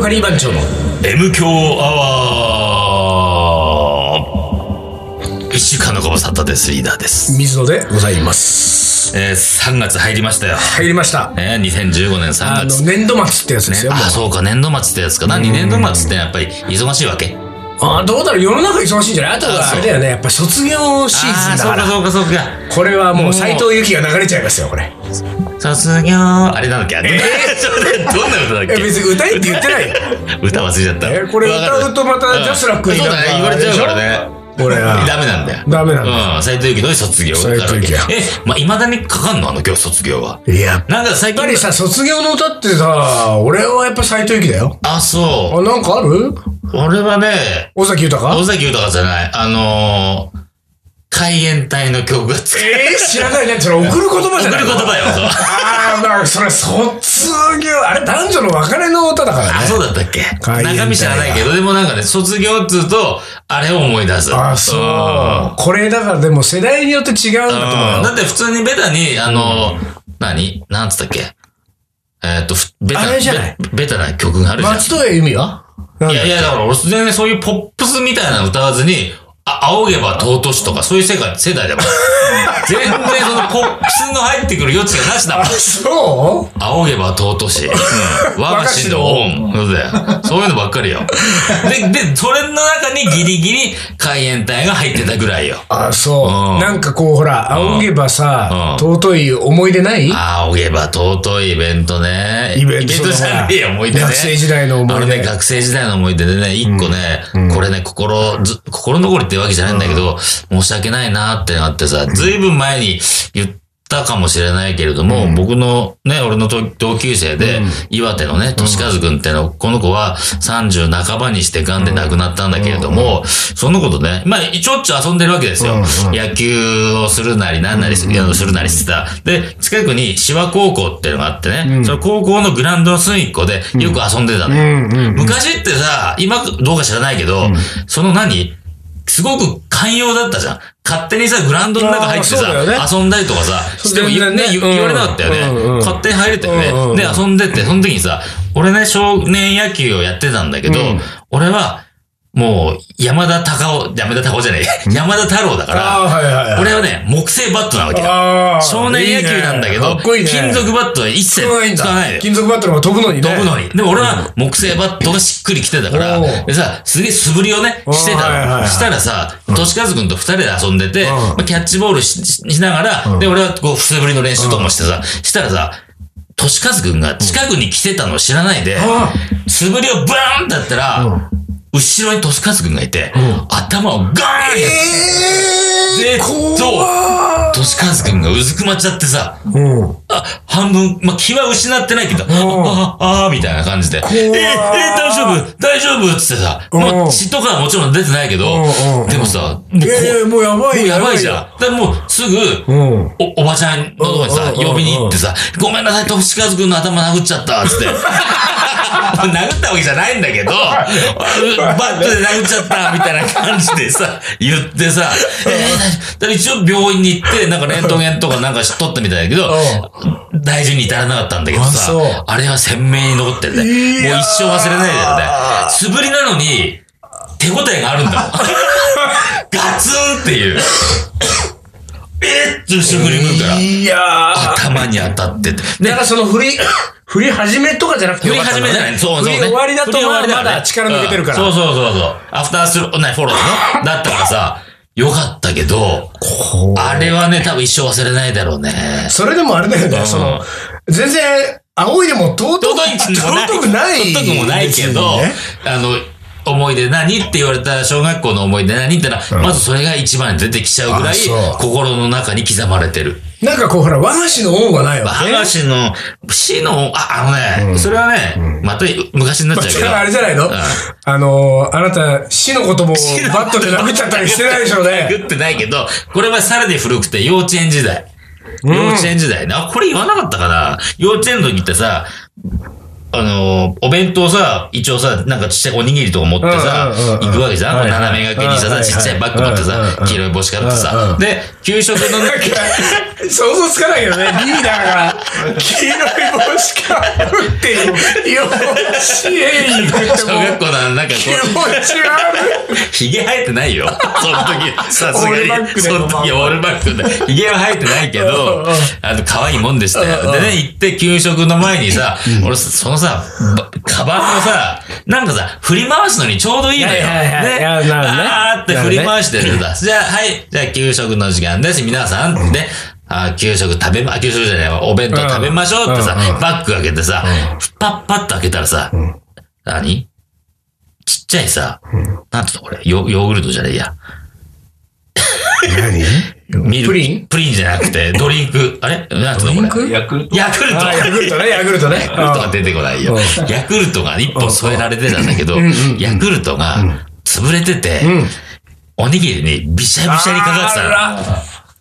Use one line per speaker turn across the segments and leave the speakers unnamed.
カリー番長の
M 強アワー一週間のご無沙汰です、リーダーです。
水野でございます。
えー、3月入りましたよ。
入りました。
ね、2015年3
あの、
月。
年度末ってやつですよ、もう
あ、そうか、年度末ってやつかな。2年度末ってやっぱり忙しいわけ。
あどうだろう世の中忙しいんじゃないあと
あ
は
そ
あ
う
れだよね。やっぱ卒業シーズンだから。
あーそうか、そうか、そ
こ
う
れはも
も
う
う
斎藤由貴が流れちゃいますよ、これ。
か。卒業あれなんだっけ、あれ それどんな歌だっ
え、別
け
に歌いって言ってないよ。
歌忘れちゃった。
えこれ
わかる
歌うとまたジャスラックに
そうだね、言
な
わ
んか
れちゃうからね。
これは
ダメなんだよ。
ダメなんだ
うん、斎藤由貴の卒業
斉藤由貴や
え、まあ、未だにかかんのあの、今日卒業は。
いや、やっ
なんか最近
ぱりさ、卒業の歌ってさ、俺はやっぱ斎藤由貴だよ。
あ、そ
あ、なんかある
う。俺はね、
尾崎豊
尾崎豊じゃない。あのー、海援隊の曲が作る。
えー、知らないね。それ送る言葉じゃ
送
ない
る言葉よ。
ああ、まあ、それ、卒業。あれ、男女の別れの歌だから
あ、
ね。
そうだったっけ
海援隊が
中身知らないけど、でもなんかね、卒業っつうと、あれを思い出す。
ああ、そう。これ、だから、でも、世代によって違うん
うん
だと思うよ。
だって普通にベタに、あのー、何なんつったっけえーっと、ふベタ
あれじゃない
ベベタな曲があるじゃん。
松任谷由実はい
やいや、だから俺全然そういうポップスみたいなの歌わずに、あ、仰げば尊しとか、そういう世界、世代 だもん。全然そのポップスの入ってくる余地がなしだもん
あ、。そう
仰げば尊し。うん。我が師の恩。そうだよ。そういうのばっかりよ。で、で、それの中にギリギリ海援隊が入ってたぐらいよ。
あ、そう。
うん
なんかこう、ほら、仰げばさ、
う
尊い思い出ない
仰げば尊いイベントね。
イベント
じゃねえよ、思い出ね。
学生時代の思い出
あのね、学生時代の思い出でね、一個ね、これね、心、ず、心残りってわけじゃないんだけど、申し訳ないなってなってさ、ずいぶん前に言ったかもしれないけれども、僕のね、俺のと同級生で、岩手のね、としかずくんっての、この子は30半ばにして癌で亡くなったんだけれども、その子とね、まあ、ちょっちょ遊んでるわけですよ。野球をするなり、なんなりす、あのするなりしてた。で、近くに芝高校っていうのがあってね、その高校のグラウンドの隅っこでよく遊んでたのよ。
うんうん。
昔ってさ、今どうか知らないけど、その何すごく寛容だったじゃん。勝手にさ、グラウンドの中入って
あーそうだ
さ、
よね
遊んだりとかさ、
そう
しても
全
言,、
然
ね
ね
言
うん
言われなかったよね、
うんうん
勝手に入れたよね、
うんうんうん
で、遊んでって、その時にさ、俺ね、少年野球をやってたんだけど、
うん
俺は、もう、山田隆夫、山田隆夫じゃない、山田太郎だか
ああ、
ら、
はいはいはい。
俺はね、木製バットなわけよ。
ああ。
少年野球なんだ
い
け
い
ど、
ねかっこいいね。
金属バットは一切
使わないん
使わない
だ
で。
金属バットの方が飛ぶのにね。
飛ぶのに。でも俺は木製バットがしっくりきてたから
おう、
でさ、すげえ素振りをね、して
おうはいはい
た
はい
の。したらさ、としかずくんと二人で遊んでて、
ん
まあキャッチボールしししながら、で、俺はこう、素振りの練習とかもしてさ、したらさ、としかずくんが近くに来てたのを知らないで、
あ
素振りをバーンってやったら、後ろにとしかずくんがいて、頭をガーンってやって
ええ
で
ー、
そう
怖
としかずくんがうずくまっちゃってさ、
ーうん。
あ、半分、まあ、気は失ってないけど、あ、あ、あ、みたいな感じで。え、え、大丈夫大丈夫っつってさ、
うん
もう血とかはもちろん出てないけど
うんうん、
でもさ、もうこ
いやいや、もうやばいよ
やばいじゃん。でもうすぐ、
うん。
お、おばちゃんのとこにさ、
うんうん
呼びに行ってさ、ごめんなさい、としかずくんの頭殴っちゃっ た、つって。殴ったわけじゃないんだけど、バットで殴っちゃった、みたいな感じでさ、言ってさ、えー大丈夫、だから一応病院に行って、なんかレントゲンとかなんかしとったみたいだけど、大事に至らなかったんだけどさ
あそう、
あれは鮮明に残ってるね。もう
いやー
一生忘れないだよね。素振りなのに、手応えがある んだもん。ガツンっていう。えっと後ろ振り向くから。
いやー。
頭に当たってて。
だからその振り、 振り始めとかじゃなくて
振
よ
り
かった
始
ん
め
だね
じゃないそうそう、ね。
振り終わりだと
振り終
まあ
わり
ま
ね
だ力抜けてるから。
うんそうそうそうそう。アフタースロー、ない、フォローのだったからさ、よかったけど、
こう
あれはね、多分一生忘れないだろうね。
それでもあれだよね、その、全然、青いでも尊く
尊いんもない。
尊くない。
尊くもないけど、
別
あの、思い出何って言われたら小学校の思い出何って言ったら、まずそれが一番に出てきちゃうぐらい
あそう、
心の中に刻まれてる。
にねなんかこうほら、和菓子の恩はないわ
和
ね。
菓子の、死の、あ、あのね、それはね、また昔になっちゃうけ
だ
ど
からあ、れじゃないの
ん
あの、あなた、死のこともバットで殴っちゃったりしてないでしょうね。
殴ってないけど、これはさらに古くて幼稚園時代。幼稚園時代ね。あ、これ言わなかったかな幼稚園の時ってさ、あのーお弁当さ、一応さ、なんかちっちゃいおにぎりとか持ってさ
うんうんうんう、ん
行くわけじゃん、
はいはい
斜め掛けにした
うんうん
さ、
うん
ちっちゃいバッグ持って
うんうんう
さ
ん、
黄色い帽子かぶっ
うん
て
う
さ
ん。
で、給食の中、
想像つかないけどね、リーダーが黄色い帽子かぶって、幼稚園行くって
小
も
学
う、
校のなんかこ
気持ち悪
う、ひげ生えてないよ。その時、さす
オー
が
ル
に
バック。で
その時、オールバックで。ひげは生えてないけ
うん
ど
うん、
あの、可愛いもんでした
うんう
よ。
ん
でね、行って給食の前にさ、俺、そのさ、ばカバンをさ、なんかさ、振り回すのにちょうどいいのよ。
い
ね
やいやいやいやなるほどね
あーって振り回してるんだ。じゃあ、はい、じゃあ給食の時間です。皆さん、ね。あー給食食べま、あ給食じゃないわ、お弁当食べましょうってさ、
うんうん
バッグ開けてさ、パッパッと開けたらさ、何ちっちゃいさ、なんつうのこれ、ヨヨーグルトじゃねえや。
何
ミル
プリン
プリンじゃな くて、ドリンク。あれなんつうのこれ。
い。
ヤクルト
ヤクルト。
あー、ヤクルトね、ヤクルトね。
ヤクルトが出てこないよ。ヤクルトが一本添えられてたんだけど、ヤクルトが潰れてて、おにぎりにびしゃびしゃにかかってたの。
ら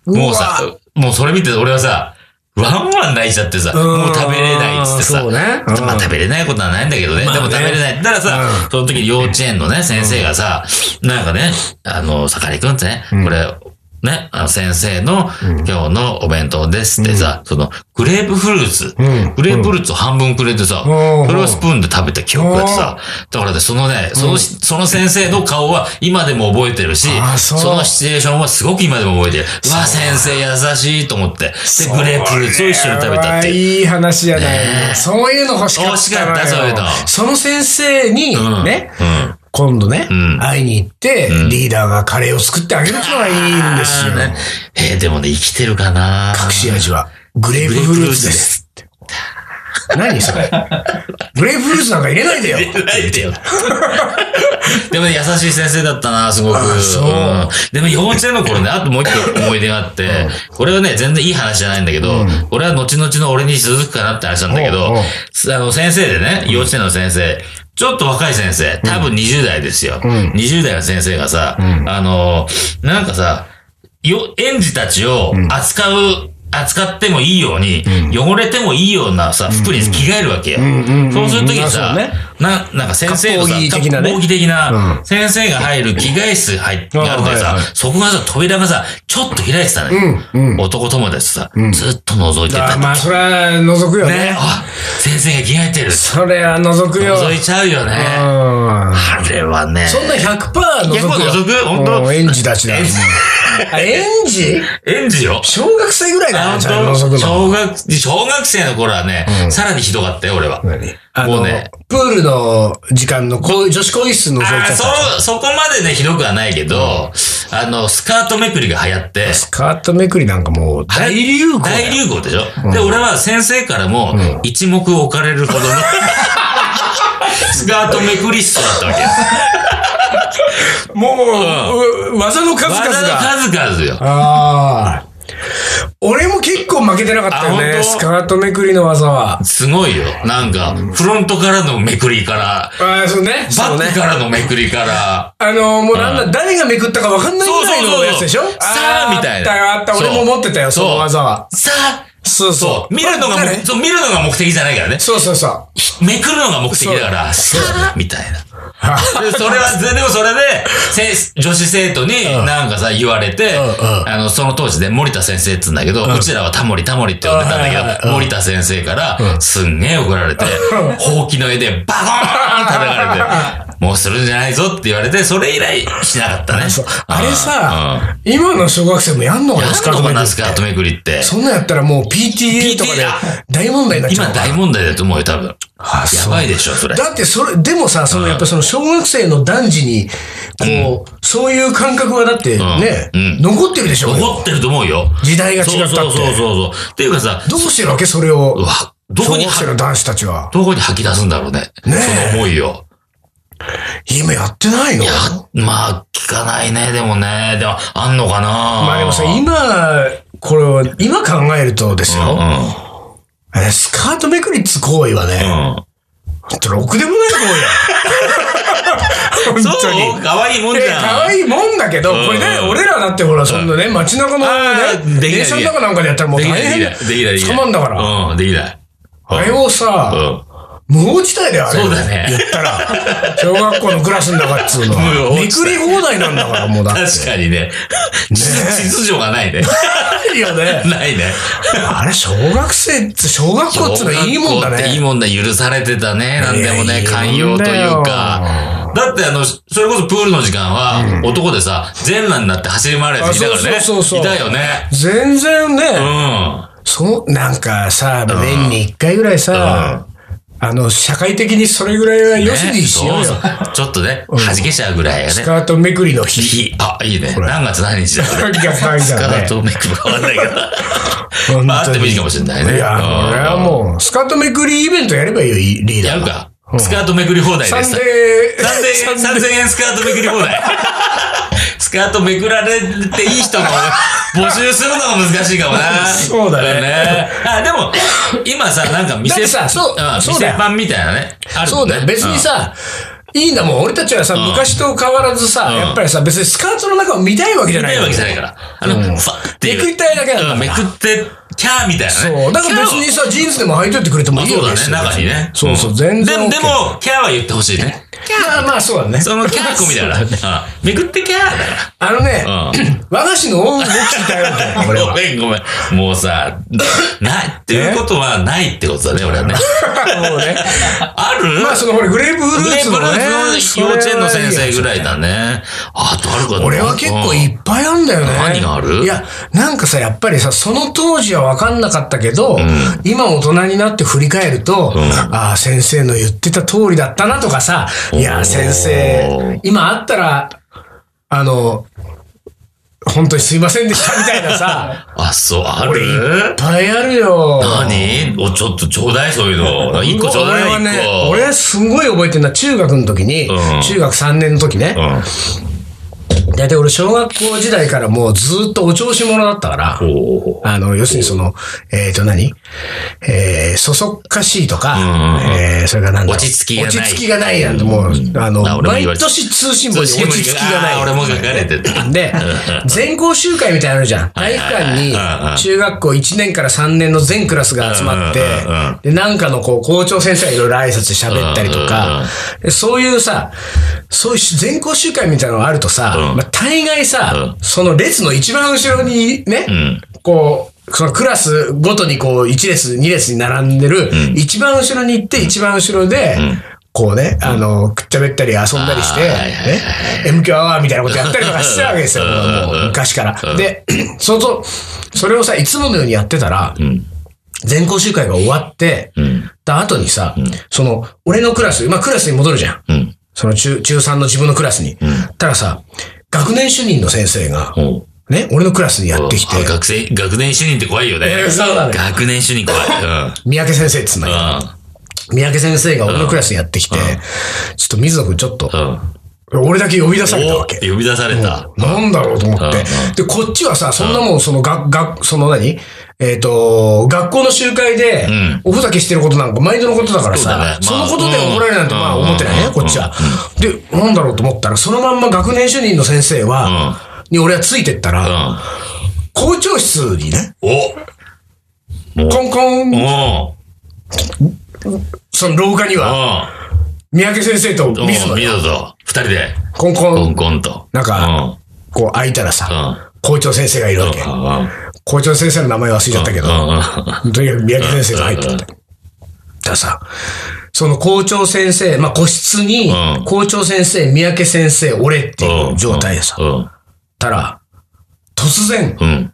もうさ、もうそれ見て俺はさ、ワンワン泣いちゃってさ、もう食べれないっつってさ
そ、うね。
まあ食べれないことはないんだけどね。
まあね
でも食べれない。だからさ、その時に幼稚園のね、先生がさ、なんかね、あの、盛りくんってね、これ、ね、あの先生の今日のお弁当ですってさ、そのグレープフルーツ、グレープフルーツを半分くれてさ、
うん
それをスプーンで食べた記憶があってさ、だからね、そのね、その、その先生の顔は今でも覚えてるし
あ、そう
そのシチュエーションはすごく今でも覚えてる。うわ、先生優しいと思って、で、グレープフルーツを一緒に食べたっていう。
いい話じゃない
ねえ
の。そういうの欲しかったのよ。
欲しかったそういうの
その先生に
うん、
ね、
うん。
今度ね
ん、
会いに行って、リーダーがカレーを作ってあげるってのがいいんですよ。
ね。えーでもね、生きてるかな
隠し味は、グレープフルーツです。何それグレープフルーツなんか入れないでよ。
ないでよ。でもね優しい先生だったな、すごく。
あそうん
でも幼稚園の頃ね、あともう一個思い出があって、これはね、全然いい話じゃないんだけど、俺は後々の俺に続くかなって話なんだけど、
うんうん
あの、先生でね、幼稚園の先生、ちょっと若い先生、多分20代ですよ。20代の先生がさ、あの、なんかさ、よ、園児たちを扱う、扱ってもいいように、汚れてもいいようなさ、服に着替えるわけよ。そうするときに
まあ
さ、
そうね
な、なんか先生のさ、
割烹着的なね
割烹着的な
う
先生が入る着替え室入って、あるから
はい
さ、そこがさ、扉がさ、ちょっと開いてたのよ。男友達さ、ずっと覗いてた
あ
って。
まあ、それは覗くよ
ね
ね。
あ、先生が着替えてる。
それは覗くよ。
覗いちゃうよ
う
ね。
ん
あれはね。
そんな100%覗くよ。
結構覗く本当
うん園児たちだ。 あ、園児
園児よ。
小学生ぐらいだ
あ
な、
の
じゃあ覗くの。
小学、小学生の頃はね、さらにひどかったよ、俺は。
あ
もう
の
ね、
プールの時間のこういう女子更衣室覗いちゃ
あ
った。
ーそ、そこまでね、ひどくはないけど、あの、スカートめくりが流行って、
スカートめくりなんかもう大流行。
大流行でしょ、で、俺は先生からも、一目置かれるほどの、 スカートめくりストだったわけよ。
もう、う技の数々
技
が。
の数々よ。
ああ。俺も結構負けてなかったよ
あ
ね。
本当
スカートめくりの技は。
すごいよ。なんか、フロントからのめくりから、
ああ、そうね。そ
バ
う
ッ
ね
ク。からのめくりから、
あのー、もうなんだ、誰がめくったか分かんないぐらい
そうそうそうそ
の
う
やつでしょ
さあみたい
あ
な
ったよあった。
そう
俺も持ってたよ、その
そう
技は。
さあ、
そうそ。
そうう、見るのがも
誰
そう、見るのが目的じゃないからね。
そうそうそう。
めくるのが目的だから、さあ、みたいな。でそれは、ででもそれで、せ女子生徒になんかさ、言われて、
うんうん
あの、その当時で森田先生って言うんだけど、うちらはタモリタモリって呼んでたんだけど、森田先生から、すんげえ怒られて、ほうきの絵でバコーン叩かれて、もうするんじゃないぞって言われて、それ以来しなかったね。
あれ
うん、
さ、今の小学生もやんのかな、スカー
何
ト
の
めく
かな
り
ス。カートめくりって。
そんなんやったらもう PTA とかで
PTA
大問題になっちゃうの
今
かな
大問題だと思うよ、多分。やばいでしょ、それ。
だってそれ、でもさ、その
うん
やっぱその小学生の男児に、こう、そういう感覚はだってね、
うん
残ってるでしょ
怒ってると思うよ。
時代が違ったって。
そうそうそうそうそう。っていうかさ、
どうしてるわけそれを
う。わ、ど
小
こ
学
に
生
は、
の男子たちは。
どこに吐き出すんだろうね。
ねえ
その思いを。
今やってないの
いや、まあ、聞かないね、でもね。でも、あんのかな
まあでもさ、今、これを、今考えるとですよ。えスカートめくりっつう行為は
う
ね、
ん。うん。
ほんとろくでもない行 為や。本
そ
当に
う。可愛いもんじ
え、
ゃん。
可愛いもんだけど、
うん
これね、俺らだってほら、そんなね、街中の
あ
ね
ー、できない
電車の中なんかでやったらもう
でき
大
ない、で
変
きない。できないでき
捕
ない。
まんだから。
うん、できない。
あれをさ、
う
無法地帯だよ、あれ。
そうだね
言ったら、小学校のクラスの中っつうの
無
は。
法地帯
めくり放題なんだから、もうだっ
ん。
て。
確かにね。地図地図上がないね。
ないよね。
ないね。
あれ、小学生っつ、小学校っつうのはいいもんだ
小学校っていい
ね。
もんだ、許されてたね。なんでも
いやいいも
ね
んだ、よ
寛容というか。だってあの、それこそプールの時間は、男でさ、全裸になって走り回るやついたからね。
あそうそうそうそう
いたよね。
全然ね、
うん。
そう、なんかさ、年に一回ぐらいさ、あの、社会的にそれぐらいはよしにしようよ。
ねそうそうちょっとね、弾けちゃうぐらいが
ス
ね。
カートめくりの日。
いいあ、いいね。何月何日だ ろうね。
ガキがパン
スカ
がね
ー。トめくわかんないけど。
本当に
まあ、あってもいいかもしれないね。
いや、
うん
俺はもう、スカートめくりイベントやればいいよ、リーダー
や
は。
るか。スカートめくり放題
サ
で
ン
す。
デー。
3000円、三千円スカートめくり放題。スカートめくられていい人も募集するのが難しいかもな。
そうだね
あ、でも、今さ、なんか
だ
店、
ってさそう
うん
そうだよ
店パンみたいなね。あるも
そ
ん
う
ね
だよ。別にさ、いいんだもん。俺たちはさ、昔と変わらずさ、
ん
やっぱりさ、別にスカートの中を見たいわけじゃ
見
な
た
い
い
よ
わけじゃないから。あの、ファッていう。
めくりたいだけなんだから
うんめくって、キャーみたいなね。
そう。だから別にさ、ジーンズでも履いといてくれても
あ
いい
そう
わけで
だね、
すよ。
中にね。
そうそうん全然
で
OK
でも、キャーは言ってほしいね。
まあまあ、そうだね。
そのキャー込 みだから。うんめくってキャーだか
あのね、
ら。うん。
和菓子の恩を聞いたよ みたいな、俺
ご
は。
めんごめん。もうさ、 ない、っていうことはないってことだね、俺はね。
もうね。
ある
まあ、その、ほら、グレープフル
グレ
ー
ー
ツ
プ
の
フル
ね。
ーツの幼稚園の先生ぐらいだね。あとあるかな
俺は結構いっぱいあんだよね。
何がある
いや、なんかさ、やっぱりさ、その当時は分かんなかったけど、今大人になって振り返ると、ああ、先生の言ってた通りだったなとかさ、い
お
や、
ー
先生、今あったら、あの、本当にすいませんでしたみたいな さ、
あ、そう、あ
俺いっ
る
ぱいあるよ。
何お、ちょっとちょうだい、そうい うの。一個ちょう
俺
だ、
はいね
一個。、
俺はすごい覚えてるのは中学の時に、
うん
中学3年の時ね、大体俺小学校時代からもうずっとお調子者だったから、
うん。おー
あの、要するにその、えっ、と何、えー、そそっかしいとか、
うんうんうん
えー、それからなんだろう
落ち着きがない
落ち着きがないなんて、もう、あの、
あ俺も
毎
言われて
年通信簿に落ち着きがない。
あー俺も書かれてた。
で、全校集会みたいなのあるじゃん。体育館に
はいはいうんうん、
中学校1年から3年の全クラスが集まって
うんうんうん、
で、なんかのこう、校長先生がいろいろ挨拶喋ったりと
うんうん
か
う、
でそういうさ、そういう全校集会みたいなのがあるとさ、
うん
まあ大概さ
う、
その列の一番後ろにね
ん、
こう、そのクラスごとにこう、1列、2列に並んでる、一番後ろに行って、一番後ろで、こうね、あの、くっちゃべったり遊んだりして、
あーはいはいはい
ね、MQ アワーみたいなことやったりとかしてたわけですよ、
う
も
ん
う昔から
う。ん
で、そうそう、それをさ、いつものようにやってたら、
ん
全校集会が終わって、
うん。
た後にさ、その、俺のクラス、まあクラスに戻るじゃん。
うん。
その中、中3の自分のクラスに。たらさ、学年主任の先生が、
お う
ね、俺のクラスにやってきて
あ、学生、学年主任って怖いよね
えー。そうだね
学年主任怖い。うん。
三宅先生っつうんだけど、
う
三宅先生が俺のクラスにやってきて、ちょっと水野くんちょっと、
ん。うん。
俺だけ呼び出された
お
わけ。
呼び出された。
なんだろうと思って
うんう。
で、こっちはさ、そんなもん、その、が、が、その何えっ、と、学校の集会で
ん、
おふざけしてることなんか、毎度のことだから
そうだねま
さ
あ、
そのことで怒られるなんて、
うん
まあ、思ってないね
う、ん
こっちは。で、なんだろうと思ったら、そのまんま学年主任の先生は、に俺はついてった
う
ら、
ん。
校長室にね、
お
コンコン、
おう
その廊下には、
お
三宅先生と
う
水野
水
が、
野と、二人で、
コン
コ
コ
ン
ン、
コンと。
なんかこう開いたら
うん、うん。
さ、校長先生がいるわけ。
うん。
校長先生の名前忘れちゃったけど、
うんうん
とにかく三宅先生が入ってきた。だからさ、その校長先生、まあ、個室に
う、ん
校長先生、三宅先生、俺って
うん
いううん状態でさ、
うん。
たら、突然、
うん。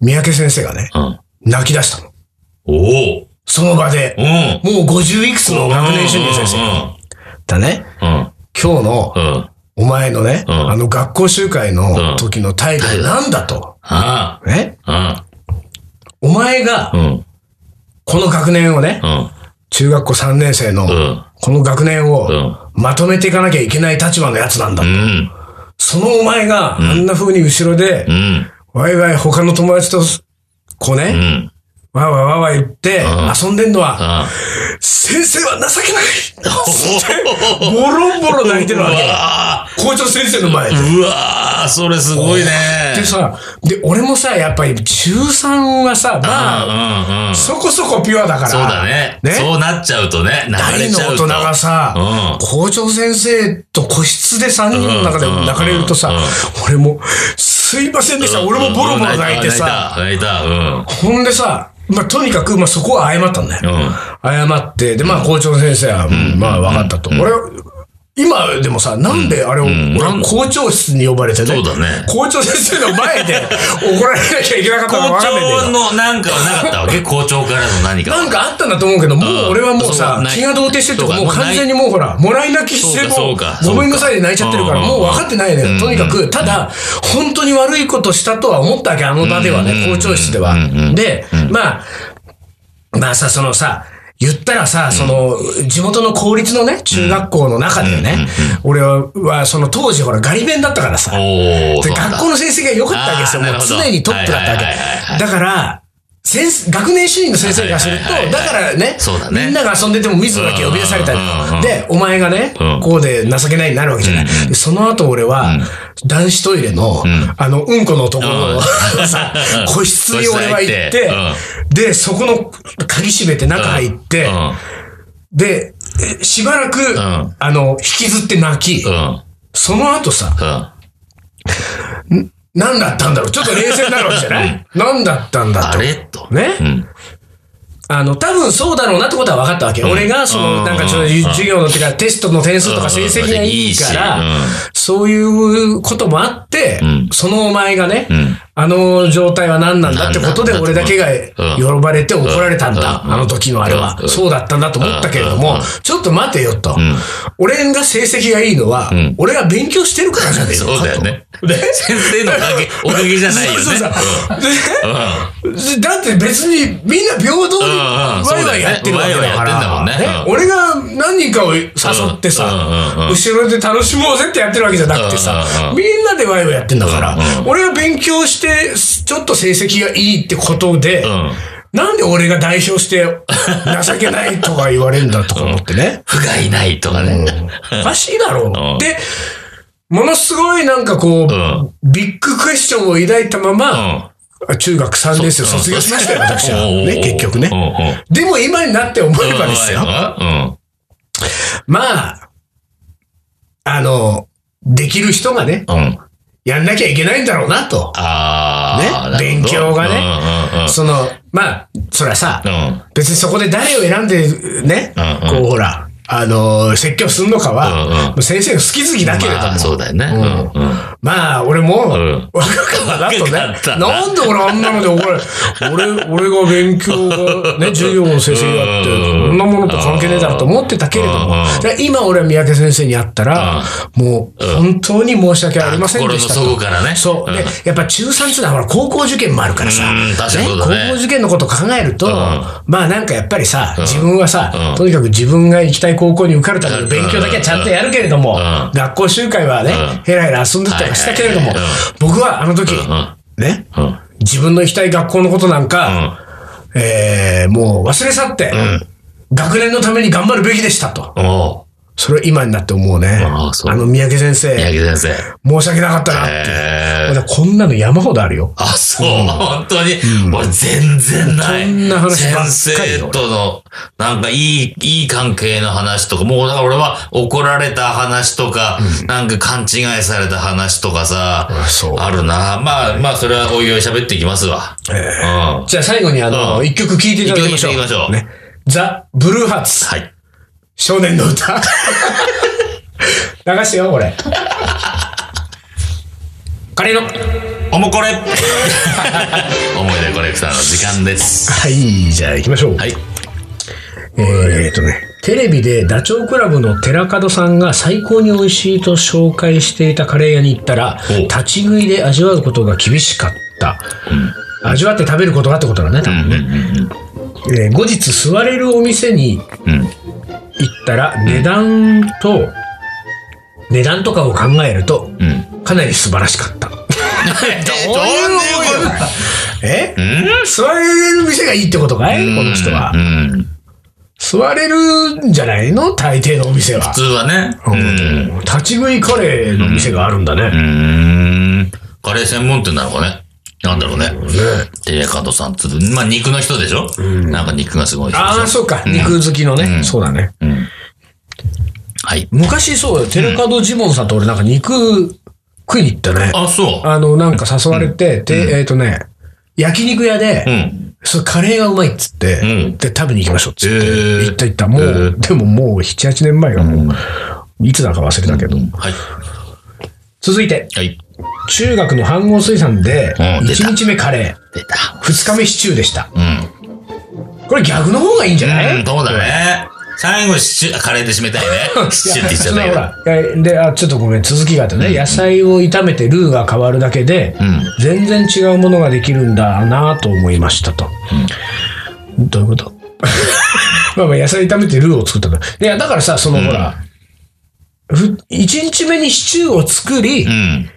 三宅先生がね、
うん。
泣き出したの。
おお
その場で
う、ん。
もう50いくつの学年主任先生だね。
うん。
今日の
う、ん。うん。
お前のね、
うん
あの学校集会の時の態度はなんだと。
あ
ね
あ。
お前が
う、ん。うん。
この学年をね、
うん。
中学校3年生の、
うん。
この学年を
うん
まとめていかなきゃいけない立場のやつなんだ。
うん。
そのお前があんな風に後ろで
う、ん。
ワイワイ他の友達と、こう
う
ね、
ん。
ワイワイワイワイ言って遊んでんのは、
あ
先生は情けない
お
ボロボロ泣いてるわ
う
け。
わ
校長先生の前で。
ーうわーそれすごいね。
でさ、で、俺もさ、やっぱり中3はさ、まあ、
うんうんうん。
そこそこピュアだから。
そうだね
ね
そうなっちゃうとね。流
大
れち
の
ゃ
大
う
人
と。
がさ、
う
校長先生と個室で3人の中で
うん
泣かれるとさ
うんうん、
俺も、すすいませんでした。俺もボロボロ泣いてさ。
泣いた、泣いた、うん。
ほんでさ、まあ、とにかく、まあ、そこは謝ったんだよ。
うん
謝って、で、まあ、校長の先生は、うんまあ、分かったと。俺、今でもさ、なんであれを、
ん
俺
なん
校長室に呼ばれてね。
そうだね
校長先生の前で怒られなきゃいけなかっ
校
たの分かんないんだけど。
長のなんかはなかったわけ 校長からの何かは。
なんかあったんだと思うけど、もう俺はもう
う
さ
ん、そう
気が動転してるとか、
そう
もう
か
完全にもうほら、もらい泣きして、
そ
も
うかそうか
う、ごめんなさいで泣いちゃってるから、
うん
もう分かってないの
うん
よ。とにかく、ただ、本当に悪いことしたとは思ったわけ、あの場ではね、
うん
校長室では
うんうん。
で、まあ、まあさ、そのさ、言ったらさ、その、地元の公立のね、中学校の中でね、俺は、その当時ほら、ガリ弁だったからさ、
おー
で
そうなんだ
学校の成績が良かったわけですよ。
あー
も
なる
う
ほど
常にトップだったわ
はいはいはいは
け。だから、先生学年主任の先生がすると、
はいはいはい
だからね
そうだね
みんなが遊んでても水野だけ呼び出されたり
うんうんうん、
で、お前がね、
うん
こうで情けないになるわけじゃない。でその後俺は、男子トイレの、
ん
あの、うんこのところ
うん
の さ個室に俺は行っ
個室
て
入っ、
で、そこの鍵閉めて中入って、
うん
で、えしばらく、
ん
あの、引きずって泣き、
うん。
その後さ、
うん。
何だったんだろうちょっと冷静になるわけじゃない何だったんだ
あ
と。
れと。
ね
うん。
あの、多分そうだろうなってことは分かったわけ。俺が、そ
うん
の、なんかちょっ
うん
と授業のってか、テストの点数とか成績がいいから
うん、
そういうこともあって
ん、
そのお前がね
ん、
あの状態は何なんだってことで、
何なん
俺
だ
だ
って
けが
うん
呼ばれて怒られたんだ。
うん
あの時のあれ
う
は。
ん
そうだったんだと思ったけれど
う
も
ん、
ちょっと待てよと
ん。
俺が成績がいいのは
ん、
俺が勉強してるからじゃねえのか
そう
と
だよね。
ね
先生のおか げ、おかげじゃないよね。
そうそうそうで
うん。うん
だって別にみんな平等に
うんうん
ワイワイやってるわけだか
ワイワ
ら。
イやってんだもんねうん
俺が何人かを誘ってさ、
うんうんうん
後ろで楽しもうぜってやってるわけじゃなくてさ
うんうんう、ん
みんなでワイワイやってんだから
うんう、
俺が勉強して、ちょっと成績がいいってことで
ん、
なんで俺が代表して情けないとか言われるんだとか思ってね。
不甲斐ないとかね。
おかしいだろ
う
う。
ん
で、ものすごいなんかこう、
ん
ビッグクエスチョンを抱いたまま、
うん。
中学3年生を卒業しましたよ、私は。ね、結局ね。
ね。
でも今になって思えばですよ。
うん。
まあ、あの、できる人がね、
うん。
やんなきゃいけないんだろうなと。
ああ。
ね勉強がね
ね
その、まあ、そりゃさ
う、んうんうん。うん。
別にそこで誰を選んでね、
うんう
こ
ん
うほら、あの、説教するのか
うんうん
は、もう先生の好き好きだけれども
まあ、。そうだよね。うんうん。
まあ、俺も、
ん
若かったなとね。
若かったな
なんで俺あんなので怒られ、俺、俺が勉強が、ね、授業の成績があって、
うん
こんなものと関係ねえだろうと思ってたけれども
うん、
だから今俺は三宅先生に会ったら、もう、本当に申し訳ありませんでしたと。
あ心の底からね
そう。で、やっぱ中3つだ、ほら、高校受験もあるからさ、
うん確かにそうだね
高校受験のことを考えると、
ん
まあなんかやっぱりさ、自分はさ、
うん
とにかく自分が行きたい高校に受かるための勉強だけはちゃんとやるけれども、
うん
学校集会はね、
うん
ヘラヘラ遊んでたりはしたけれども
はいはいはい、
僕はあの時、
う
ね、
ん。うん。
自分の行きたい学校のことなんか、えーもう忘れ去って、学年のために頑張るべきでしたと。
うん。おう
それを今になって思うね。
あ
あ
あそう
の、三宅先
三
生、
宅先生。
申し訳なかったなって。
えー
俺こんなの山ほどあるよ。
あ、そう、本当に、俺全然ない。
こんな話ばっかり
先
よ
生との、なんかいい、いい関係の話とか、もうだから俺は怒られた話とか、なんか勘違いされた話とかさ、
そう
あるな。まあ、まあ、それはおいおい喋っていきますわ。うん。
じゃあ最後にあ
う
の、
ん
一曲聴いていただきましょう。
一曲聴いていきましょう
ね。ザ・ブルーハーツ、
はい。
少年の 歌。流してよ、これ。カレーの。
おもこれ 思い出コレクターの時間です。
はい、じゃあ行きましょう。
はい。
えーとね。テレビでダチョウ倶楽部の寺門さんが最高に美味しいと紹介していたカレー屋に行ったら、
お
立ち食いで味わうことが厳しかった。味わって食べることがってことだね、多分ね。えー後日座れるお店に
うん。
行ったら、値段と、値段とかを考えると、
うん。
かなり素晴らしかった。
どういうこ
え
とん
座れる店がいいってことかいこの人は
う。ん。
座れるんじゃないの大抵のお店は
普。通はね。うん。
立ち食いカレーの店があるんだ
う
ね。
ーん。カレー専門店なのかね。なんだろうね。テレカドさんつうまあ肉の人でしょなんか肉がすごい人でしょ
ああ、そうか。肉好きのね。そうだね。
はい。
昔そうよ。テレカドジモンさんと俺なんか肉食いに行ったね。
あ、そう。
あの、なんか誘われて、で、えっとね、焼肉屋で、
うん。
そう、カレーがうまいっつって、
うん
で、食べに行きましょうっつって、
えー
行った行った。もう、
えー
でももう7、8年前がもう、いつだか忘れたけど。
はい。
続いて、
はい。
中学の飯合水産で、
うん出た
1日目カレ
出た。
ー、2日目シチューでした。
うん。
これ逆の方がいいんじゃない、
うん、どうだね。最後、シチュー、カレーで締め たいね。シチューって言っちゃったけ
ほ
ど。
らえーであちょっとごめん続きがあってね、野菜を炒めてルーが変わるだけで、
ん
全然違うものができるんだなと思いましたと、どういうこと まあまあ野菜炒めてルーを作ったからいやだからさそのほら、ふ一1日目にシチューを作り、
うん。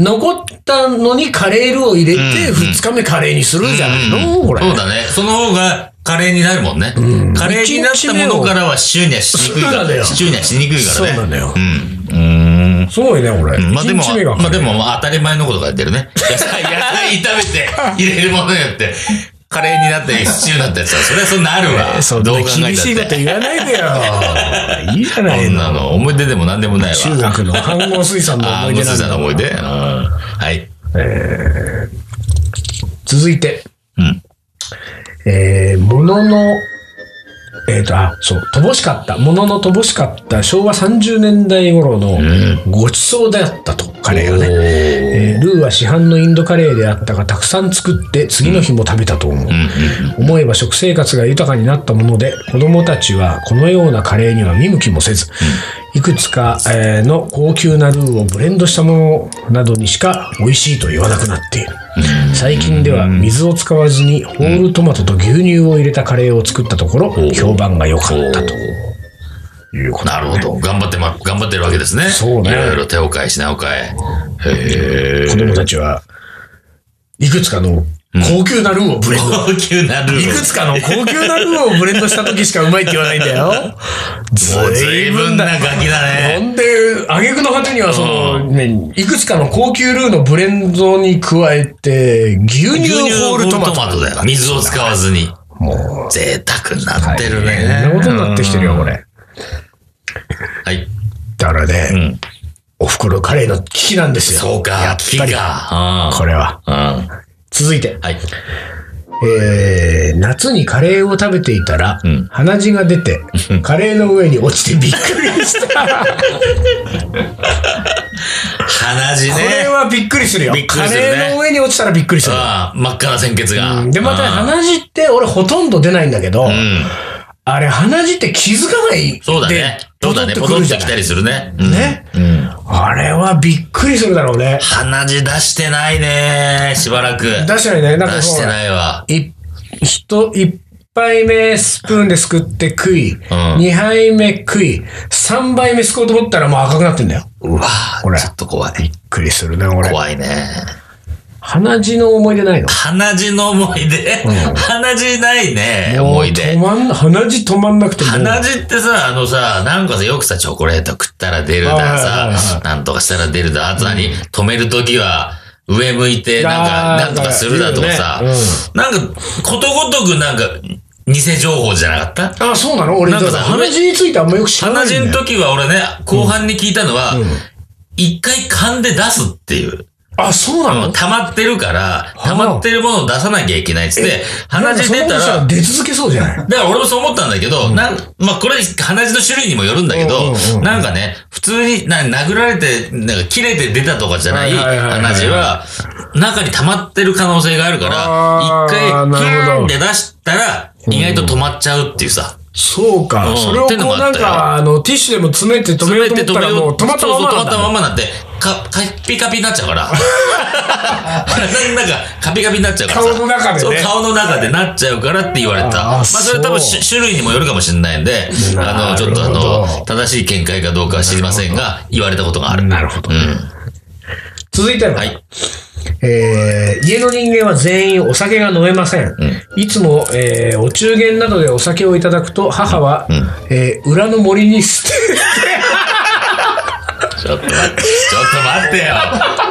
残ったのにカレールーを入れて、2日目カレーにするじゃないの、これ。
そうだね。その方が、カレーになるもんね。カレーになったものからはシチューにはしにくいか
そうなんだよ
ら、シチューにはしにくいからね。
そうなんだよ
うん。うーん。
すごいね、これ。
まあでも
一日目が、カレー
まあでも、まあ当たり前のことがやってるね。野菜、野菜炒 めて入れるものによって、カレーになってシチューになったやつは、それはそうなるわ。
そん
どう
な
考え
厳
た
しいこ
っ
と
て。
言わないでよ。 いいじゃない
そん
の。
なの、思い出でも何でもないわ。
中学の飯合水産の
ああ、
思い出
ご主
なん
さんの
だ
思い出うん。はい。
続いて、
うん。
えー、ものの、えっ、と、あ、そう、乏しかった、ものの乏しかった昭和30年代頃のごちそうだったと、カレーがね。
ね。
えールーは市販のインドカレーであったが、たくさん作って次の日も食べたと思う。
うんうん
思えば食生活が豊かになったもので、子供たちはこのようなカレーには見向きもせず、いくつか、えーの高級なルーをブレンドしたものなどにしか美味しいと言わなくなっている。最近では水を使わずにホールトマトと牛乳を入れたカレーを作ったところ、評判が良かったということ
なるほど。頑張ってま、頑張ってるわけですね。
そうね
いろいろ手を変え、品を変え。へえ。
子供たちはいくつかの高級なルーをブレンド。
高級なルール。
いくつかの高級なルーをブレンドした時しかうまいって言わないんだよ。
もう随分なガキだね。
ほんで、挙句の果てには、その、ね、いくつかの高級ルーのブレンドに加えて、牛乳ホールトマト。
だよ。水を使わずに。
もう、
贅沢になってる
こんな
ね。
ことになってきてるよ、これ。
はい。
だから
う
ね、
ん。
おふくろカレーの危機なんですよ。
そう
や
か
っ、
危
ぱ
機
り。
か。
これは。
うん。うん。
続いて、
はい。
えー、夏にカレーを食べていたら、
うん
鼻血が出て、カレーの上に落ちてびっくりした。
鼻血ね。
これはびっくりするよ。
びっく
カ
りするね
レーの上に落ちたらびっくりする。
ああ、真っ赤な鮮血が。
で、またね鼻血って俺ほとんど出ないんだけど、
うん。
あれ鼻血って気づかないで。
そうだね。そうだね。ポ
ポトッとく
トンっ
るじ
て
ゃ
き
な
た
い
りするね。
ね
うん。うん
あれはびっくりするだろうね。
鼻血出してないね。しばらく。
出してないね。なんか
出し
そ
て
う
ないわ。
い人、一杯目スプーンですくって食い、
ん
二杯目食い、三杯目すこうと思ったらもう赤くなってんだよ。
うわ
これ
ちょっと怖い。
びっくりするね、俺。
怖いね。
鼻血の思い出ないの
鼻血の思い出、鼻血ないね、思い出
も。う止まん鼻血止まんなくてもう。
鼻血ってさ、あのさ、なんかさ、よくさ、チョコレート食ったら出るだ
はいはいはいは
さ、なんとかしたら出るだ、あと何、止めるときは、上向いて、なん
あー
か、なんとかするだとかさ、
言うよね
なんか、ことごとくなんか、偽情報じゃなかった
あ、そうなの俺、
なんかさ
鼻血についてあんまよく知らない
鼻
んだ
血
よ。
の時は俺ね、後半に聞いたのは、一回噛んで出すっていう。
あ、そうなの
溜まってるから、溜まってるものを出さなきゃいけないっつって、鼻血出
な
た
んかそんなことした
ら、
出続けそうじゃない
だから俺もそう思ったんだけど、なん、まあ、これ、鼻血の種類にもよるんだけ
うん
ど
うんうん、
なんかね、普通に、な、殴られて、なんか切れて出たとかじゃない
はいはいはいはい
鼻血は、中に溜まってる可能性があるから、
あ
一
ー
回、キ
なるほど
ューンって出したら、意外と止まっちゃうっていうさ。
そうか、
うん
それをこうなん
ってのも
か、あの、ティッシュでも詰めて止めようと思ったらもう止まったまま
そうそ
な
うん止ま
だ
ったままなんで、か、か、ピカピになっちゃうから。なんか、カピカピになっちゃうからさ。
顔の中でね
そう、顔の中でなっちゃうからって言われた。
あー
まあ、それ多分
そう
し種類にもよるかもしれないんで、あの、ちょっとあ
なるほ
の、正しい見解かどうかは知りませんが、言われたことがある。
なるほど
う
ね
ん。
続いては、
はい。
えー家の人間は全員お酒が飲めません。いつも、えーお中元などでお酒をいただくと、母は、えー裏の森に捨て
ちょっと待って、ちょっと待ってよ。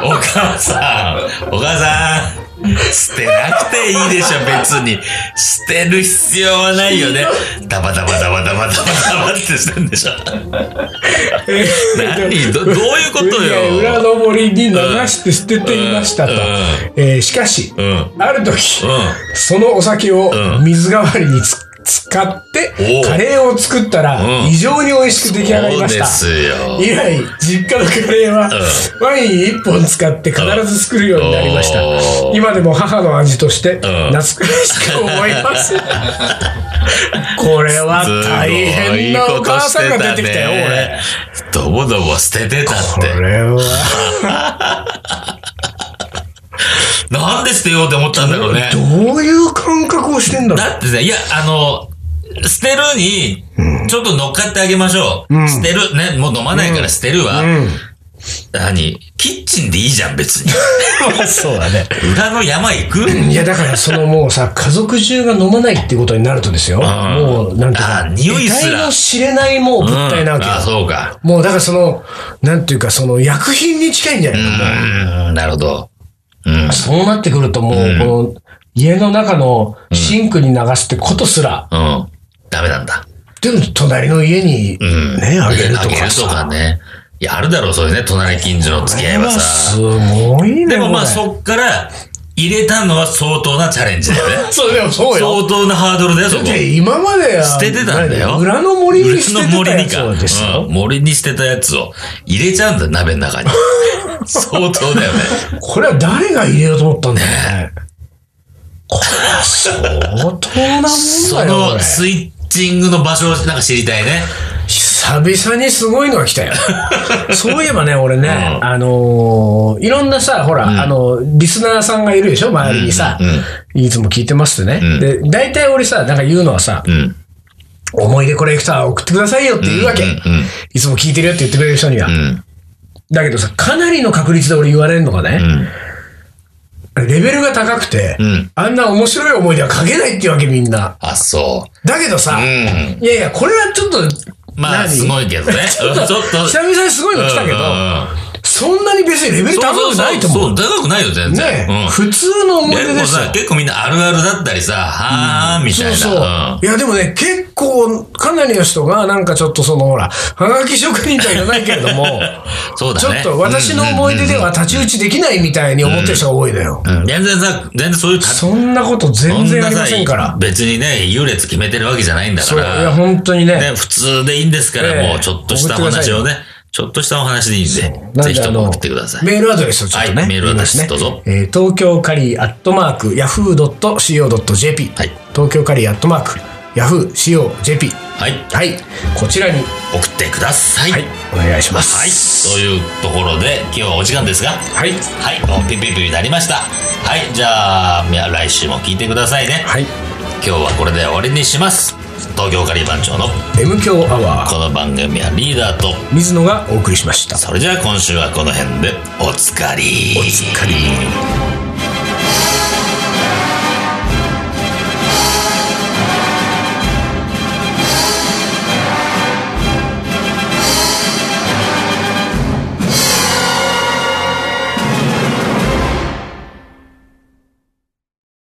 お母さん、お母さん。捨てなくていいでしょ、別に。捨てる必要はないよね。ダバダバダバダバダバダバってしてんでしょ。 何どどういうことよ。
裏上りに流して捨てていましたと。えーしかし、
うん。うん。
ある時、
う
そのお酒を
うん
水代わりにつ使って
おう、
カレーを作ったら、
うん
異常に美味しく出来上がり
そう
まし
で
た。
すよ。
以来、実家のカレーは、
う
ワイン一本使って必ず作るようになりました
お。ー
今でも母の味として、懐
ん
かしく思い ます。これは大変なお母さんが出てきたよ、俺。
すごいことしてたね。どぼどぼ捨ててたっ
こ
て。
れは、
なんで捨てようって思ったんだろうね。
どういう感覚をしてんだろう。
だってね、いや、あの、捨てるに、ちょっと乗っかってあげましょう。捨てる、ね、もう飲まないから捨てるは、何キッチンでいいじゃん、別に。
そうだね。
裏の山行く
いや、だから、そのもう さ、家族中が飲まないってことになるとですよ。もう、なんていう
あ
か、
匂いす
得
ら
体の知れないもう
うん
物体なわけよ
あ、そうか。
もう、だからその、なんていうか、その、薬品に近いんじゃない、
うーん、なるほど。うん。
そうなってくるともう、この、家の中のシンクに流すってことすら、
うん。ダメなんだ。
でも、隣の家に、
うん。
ね、あげると
あげ
か
る
さ。
とかね。いや、あるだろう、そういうね、隣近所の付き合いはさ。
これはすごいね。
でもまあ、
これ
そっから、入れたのは相当なチャレンジだよね。
そう、でも そうよ。
相当なハードルだよ、そこ。
で、今までは
捨ててたんだよ
裏の森に捨て
裏の
て
森
た
に
やつ
か、
をですよ。
うん森に捨てたやつを入れちゃうんだよ、鍋の 中に。相当だよね。
これは誰が入れようと思ったんだよね。これは相当なもん
そ
だよ、こ
の
れ
スイッチングの場所をなんか知りたいね。
久々にすごいのが来 たよ。そういえばね、俺ね、
うん
あのーいろんなさ、ほら、あの、リスナーさんがいるでしょ、周りにさ、
うんうん
いつも聞いてますってね。
ん
で、大体俺さ、なんか言うのはさ、
うん。
思い出コレクター送ってくださいよって言うわけ。
うんうん
いつも聞いてるよって言ってくれる人には。
うん。
だけどさ、かなりの確率で俺言われるのがね、
うん。
レベルが高くて、
うん
あんな面白い思い出は書けないってわけみんな。
あ、そ
だけどさ、
う。うん。
いやいや、これはちょっと、
まあ、
何
すごいけど ね。ちょっと。
久々にすごいの来たけど、
ど、
そんなに別にレベル高くないと思う。
そう、高くないよ、全
ね
然。
え、
うん
普通の思い出
結
で
構
すよ
さ、。結構みんなあるあるだったりさ、はーんみたい
そ
な。
うそう、
うん
いや、でもね、結構、かなりの人が、なんかちょっとその、ほら、はがき職人とは言わないけれども、
そう
ちょ
だね。
っと私の思い出では太刀打ちできないみたいに思ってる人が多いのよ。
うん。全然さ、全然そういう
そんなこと全然ありませんから。
別にね、優劣決めてるわけじゃないんだか
そう、いや、
ら。
本当にね
ね、普通でいいんですか
え
ら、
え
もうちょっとしたお話をね、ちょっとしたお話でいいんで、
な
ぜ
ん
ひ
であ
とも
の
送ってください。
メールアドレスをちょっとね、
はいメールアドレス
言います
どうぞ
えー東京カリーアットマーク、ヤフー .co.jp、
はい
東京カリーアットマーク、ヤフー .co.jp、
はい。
はい、こちらに、
送ってください。
は
はいい。、
お願いします。
というところで、今日はお時間ですが、
はい。
はい。もうピッピッピになりました。はい。じゃあ、いや来週も聞いてくださいね。
はい。
今日はこれで終わりにします。東京カリー番長の
M 強アワー、
この番組はリーダーと、
水野がお送りしました。
それじゃあ今週はこの辺でおつかり。
おつかり。